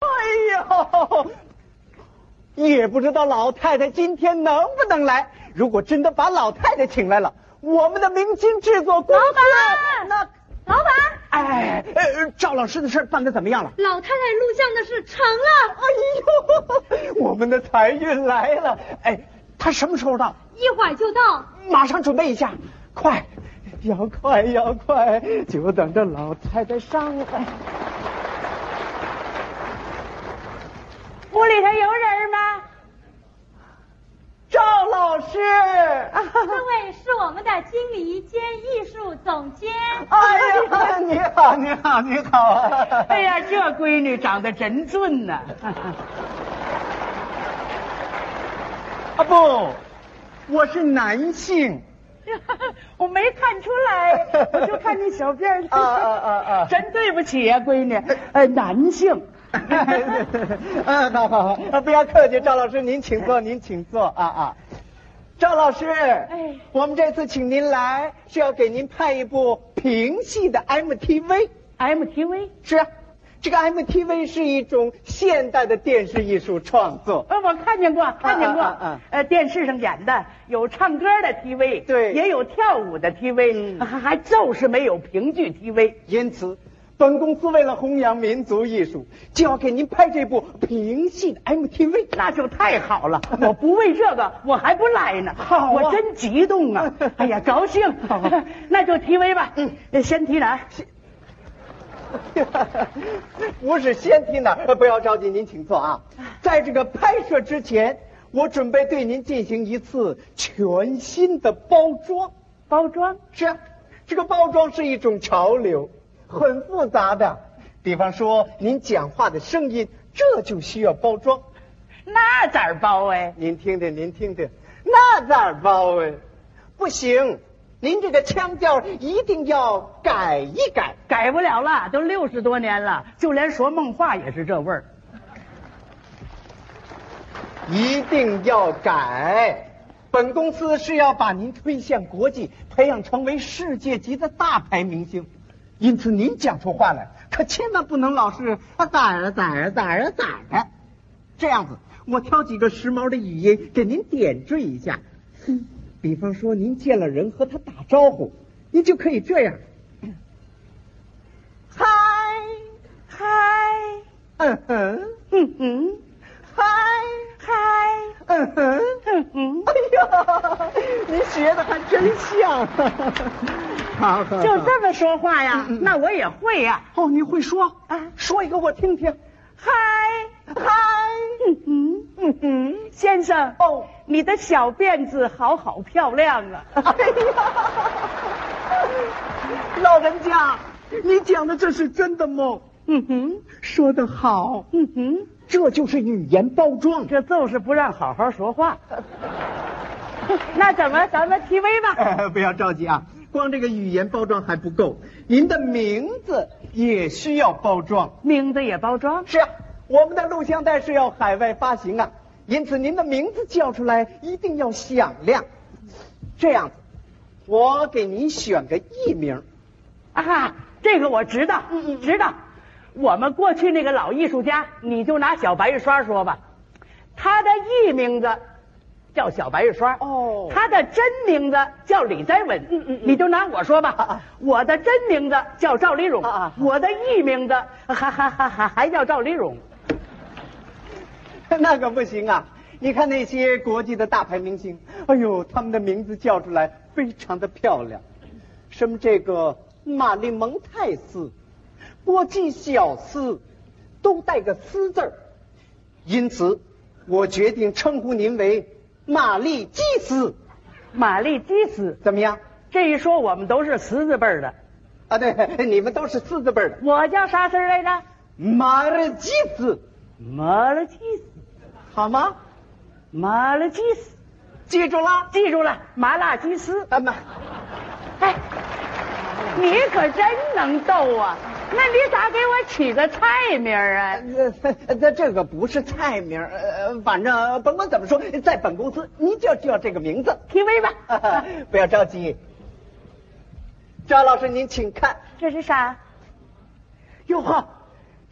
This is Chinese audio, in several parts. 哎也不知道老太太今天能不能来。如果真的把老太太请来了，我们的明星制作公司老板那老板，哎，呃，赵老师的事儿办的怎么样了？老太太录像的事成啊了，哎呦，我们的财运来了！哎，他什么时候到？一会儿就到。马上准备一下，快，要快要快，就等着老太太上来。屋里头有人吗？赵老 师，这位是我们的经理兼艺术总监，哎呀，你好，你好，你好啊！哎呀，这闺女长得真 俊呐、啊不，我是男性。我没看出来，我就看你小辫儿。啊啊啊啊 真对不起呀、闺女，呃，男性。 啊，好好好，啊不要客气，赵老师，您请坐，您请坐啊啊。赵老师，哎，我们这次请您来是要给您拍一部评戏的 MTV。 MTV，是啊，这个 MTV 是一种现代的电视艺术创作。呃，我看见过，看见过，啊啊啊呃，电视上演的有唱歌的 TV，对嗯也有跳舞的 TV，、还还就是没有评剧 TV。因此，本公司为了弘扬民族艺术，就要给您拍这部评戏的 MTV。那就太 好了！我不为这个，我还不赖呢。好啊我真激动 啊！哎呀，高兴。 那就提围吧。嗯，先提哪儿？ 不是先提哪儿？呃不要着急，您请坐啊。在这个拍摄之前，我准备对您进行一次全新的包装。包装。是啊，这个包装是一种潮流，很复杂的。比方说您讲话的声音，这就需要包装。那咋儿包哎？您听听，您听听，那咋包哎？不行，您这个腔调一定要改一改。改不了了，都六十多年了，就连说梦话也是这味儿。一定要改。本公司是要把您推向国际，培养成为世界级的大牌明星，因此您讲出话来可千万不能老是啊咋儿啊咋儿啊咋儿啊咋儿啊，这样子我挑几个时髦的语音给您点缀一下。比方说您见了人和他打招呼，您就可以这样。嗨嗨，嗯哼，嗯嗯，嗨，嗨，嗯哼，嗯嗯， 哎呀，您学的还真像。 好，好就好这么说话呀？那我也会呀。哦，你会说啊说一个我听听。嗨嗨，嗯嗯嗯嗯，先生，哦，你的小辫子好好漂亮 啊！哎呀，老人家，你讲的这是真的吗？嗯哼，说得好，嗯哼，这就是语言包装。 这就是不让好好说话。 那怎么，咱们 TV 吧？哎不要着急啊，光这个语言包装还不够，您的名字也需要包装。名字也包装，是啊，我们的录像带是要海外发行啊，因此您的名字叫出来一定要响亮。这样子，我给您选个艺名。啊，这个我知道，嗯知道。我们过去那个老艺术家，你就拿小白玉刷说吧，他的艺名字叫小白玉刷，哦他的真名字叫李在文，嗯嗯，你就拿我说吧，啊啊我的真名字叫赵丽蓉，啊啊我的艺名字还还还还还叫赵丽蓉， 那可不行啊！你看那些国际的大牌明星，哎呦，他们的名字叫出来非常的漂亮，什么这个玛丽蒙泰斯、国际小斯，都带个“斯”字儿。因此，我决定称呼您为玛丽基斯，玛丽基斯。怎么样？这一说，我们都是十字辈儿的。啊，对， 你们都是四字辈儿的，我叫啥字儿来着？玛丽基斯，玛丽基斯，好吗？玛丽基斯，记住啦，记住了，麻辣鸡丝。啊妈，哎，你可真能逗啊！那你咋给我起个菜名儿啊？这这呃这个不是菜名儿，呃，反正甭管怎么说，在本公司您就叫这个名字，啊提 问吧。不要着急。赵老师，您请看，这是啥？哟呵，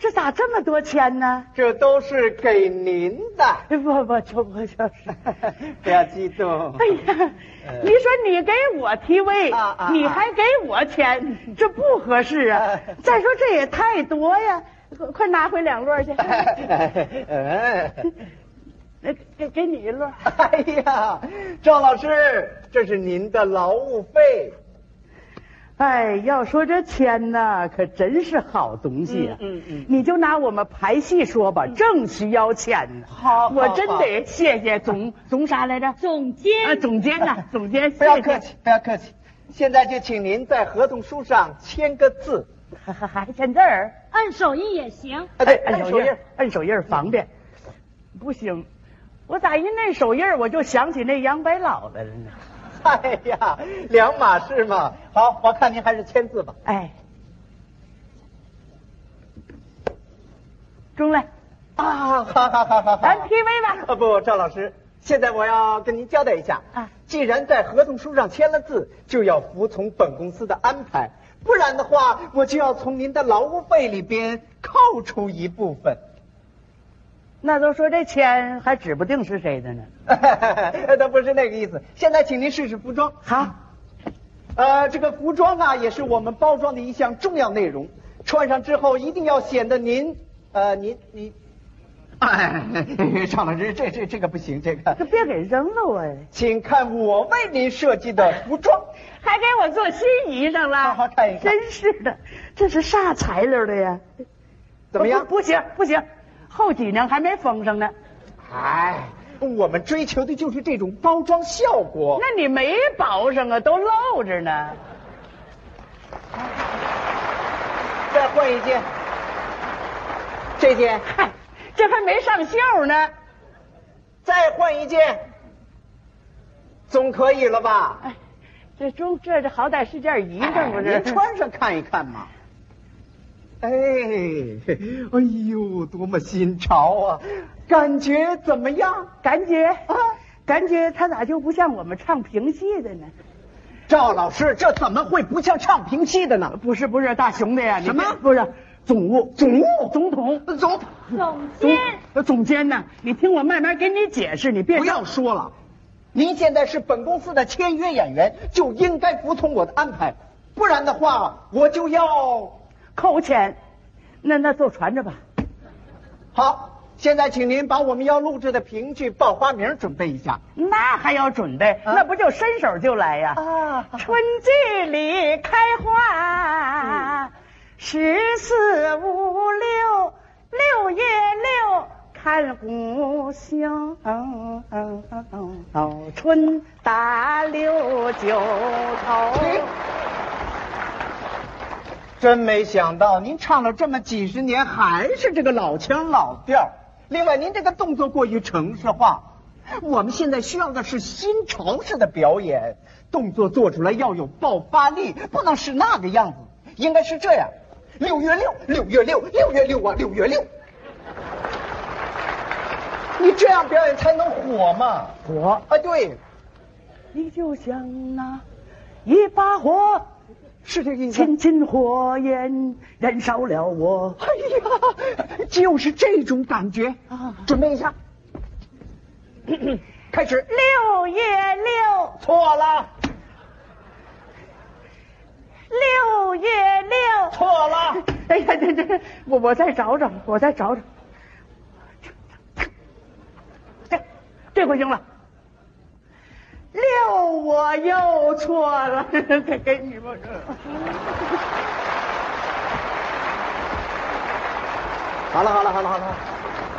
这咋这么多钱呢？这都是给您的， 哎不不，就不就是。不要激动。哎呀，呃你说你给我提位，啊啊你还给我钱，这不合适 啊！啊再说这也太多呀，快快拿回两 摞去，哎那给给你一摞。哎呀，赵老师，这是您的劳务费。哎，要说这钱呐，可真是好东西啊！嗯嗯嗯你就拿我们排戏说吧，正需要钱呢。好我好真好得谢谢 总总啥来着？总监，啊，总监呐，总监，不要谢谢客气，不要客气。现在就请您在合同书上签个字。还还还签字儿。按手印也行。啊，对，按按手手哎印印儿。，按手印儿方便。不行，我咋一摁手印儿我就想起那杨白老来了呢？哎呀，两码事嘛。好，我看您还是签字吧。哎，中了，啊，好好好好好。咱 PV 吧。啊不，赵老师，现在我要跟您交代一下啊既然在合同书上签了字，就要服从本公司的安排，不然的话，我就要从您的劳务费里边扣除一部分。 那都说这钱还指不定是谁的呢。他不是那个意思。现在请您试试服装。好，呃，这个服装啊，也是我们包装的一项重要内容。穿上之后，一定要显得您，呃，您您，哎，赵老师，这这这个不行，这个就，别给扔了我，请看我为您设计的服装。还给我做新衣裳了。好好看一看真是的，这是啥材料的呀？怎么样不不行不行，后脊梁还没缝上呢。哎，我们追求的就是这种包装效果。那你没包上啊，都露着呢。再换一件，这件，嗨，这还没上袖呢。再换一件，总可以了吧？哎，这中这这好歹是件衣哎裳，不您啊是？穿上看一看嘛。哎，哎呦，多么新潮啊！感觉怎么样？感觉啊啊，感觉他咋就不像我们唱评戏的呢？赵老师，这怎么会不像唱评戏的呢？不是不是，大熊的呀，你什么别不是总务总务总统总，总总监，呃总监呢？你听我慢慢给你解释，你别不要说了，您现在是本公司的签约演员，就应该服从我的安排，不然的话，我就要扣钱。那那坐船着吧。好。现在，请您把我们要录制的评剧报花名准备一下。那还要准备，啊那不就伸手就来呀？啊春季里开嗯花，十四五六，六月六看古香。嗯哦，春打六九头。哎真没想到，您唱了这么几十年，还是这个老腔老调儿。另外，您这个动作过于程式化，我们现在需要的是新潮式的表演，动作做出来要有爆发力，不能是那个样子，应该是这样：六月六，六月六，六月六啊，六月六。你这样表演才能火嘛？火，啊，对，你就像那一把火，是这个意思。亲亲火焰燃烧了我。哎呀，就是这种感觉啊准备一下， 开始。六月六。错了，六月六。错了，哎呀，这这，我我再找找，我再找找。这这回行了。六，我又错 了，给给你吧。好了，好了，好了，好了。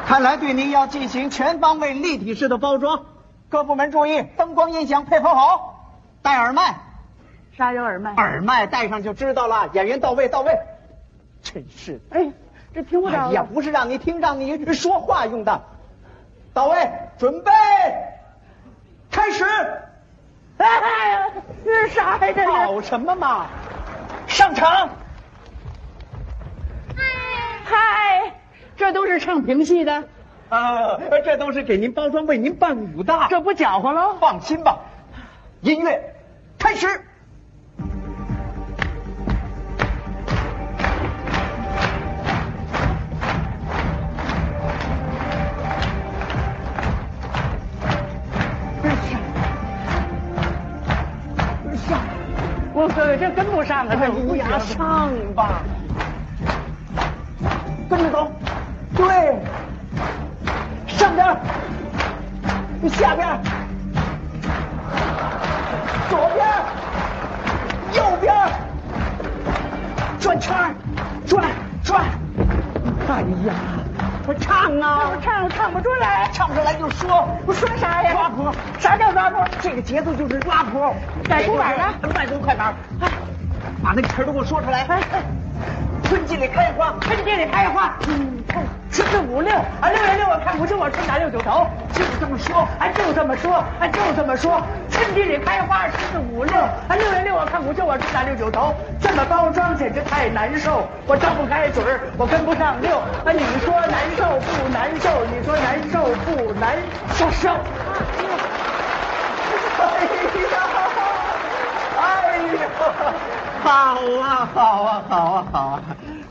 看来对您要进行全方位立体式的包装。各部门注意，灯光音响配合好，戴耳麦，啥有耳麦？耳麦戴上就知道了。演员到位，到位。真是的，哎，这听不着哎呀，了。不是让你听，让你说话用的。到位，准备，开始。哎呀，这是啥呀？这是。搞什么嘛？上场。嗨，这都是唱评戏的，啊，这都是给您包装，为您伴舞的。这不搅和喽？放心吧，音乐开始。对，这跟不上啊，这你不行呀，上吧，跟着走，对，上边儿，下边儿，左边儿，右边儿，转圈儿，转转，哎呀，我唱啊，我唱唱不出来，唱不出来就说，我说啥呀？抓谱，啥叫抓谱？这个节奏就是抓哦谱，摆竹板呢慢速快板儿，哎，把那个词儿都给我说出来。哎，春季里开花，春天里开花，嗯，七四五六啊，六月六我看不清我春打六九头，就是这么说。啊，就这么说，啊，就这么说，春天里开花，十四五六啊，六月六我看不清我春打六九头，这么包装简直太难受，我张不开嘴儿，我跟不上六啊，你说难受不难受？你说难受不难受受？哎呀，哎呀，好啊，好啊，好啊，好啊，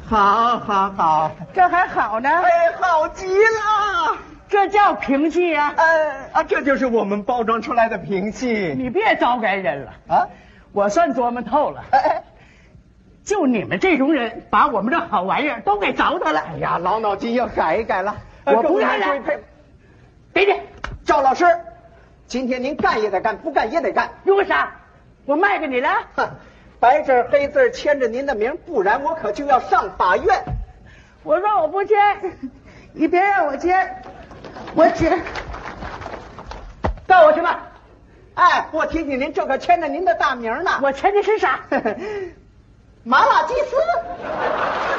好啊好好，这还好呢，哎，好极了。这叫平气呀、呃啊，这就是我们包装出来的平气你别招该人了，啊！我算琢磨透了。哎，就你们这种人，把我们这好玩意儿都给糟蹋了。哎哎呀，老脑筋要改一改了。我呃各不位干了各位给你，赵老师，今天您干也得干，不干也得干。用啥？我卖给你了。哼，白纸黑字签着您的名，不然我可就要上法院。我说我不签，你别让我签，我只告我什么？哎，我提醒您，这可签着您的大名呢。我签的是啥？ 麻辣鸡丝，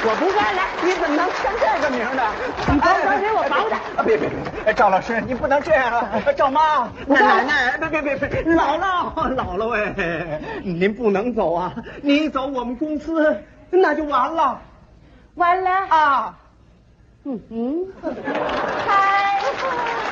我不干了。你怎么能签这个名呢？ 你帮忙给我忙哎别别别！哎赵老师，你不能这样啊！赵妈，我奶奶，哎别别别别，姥姥姥姥哎，您不能走啊！您一走，我们公司那就完了完了。啊！嗯嗯。开花。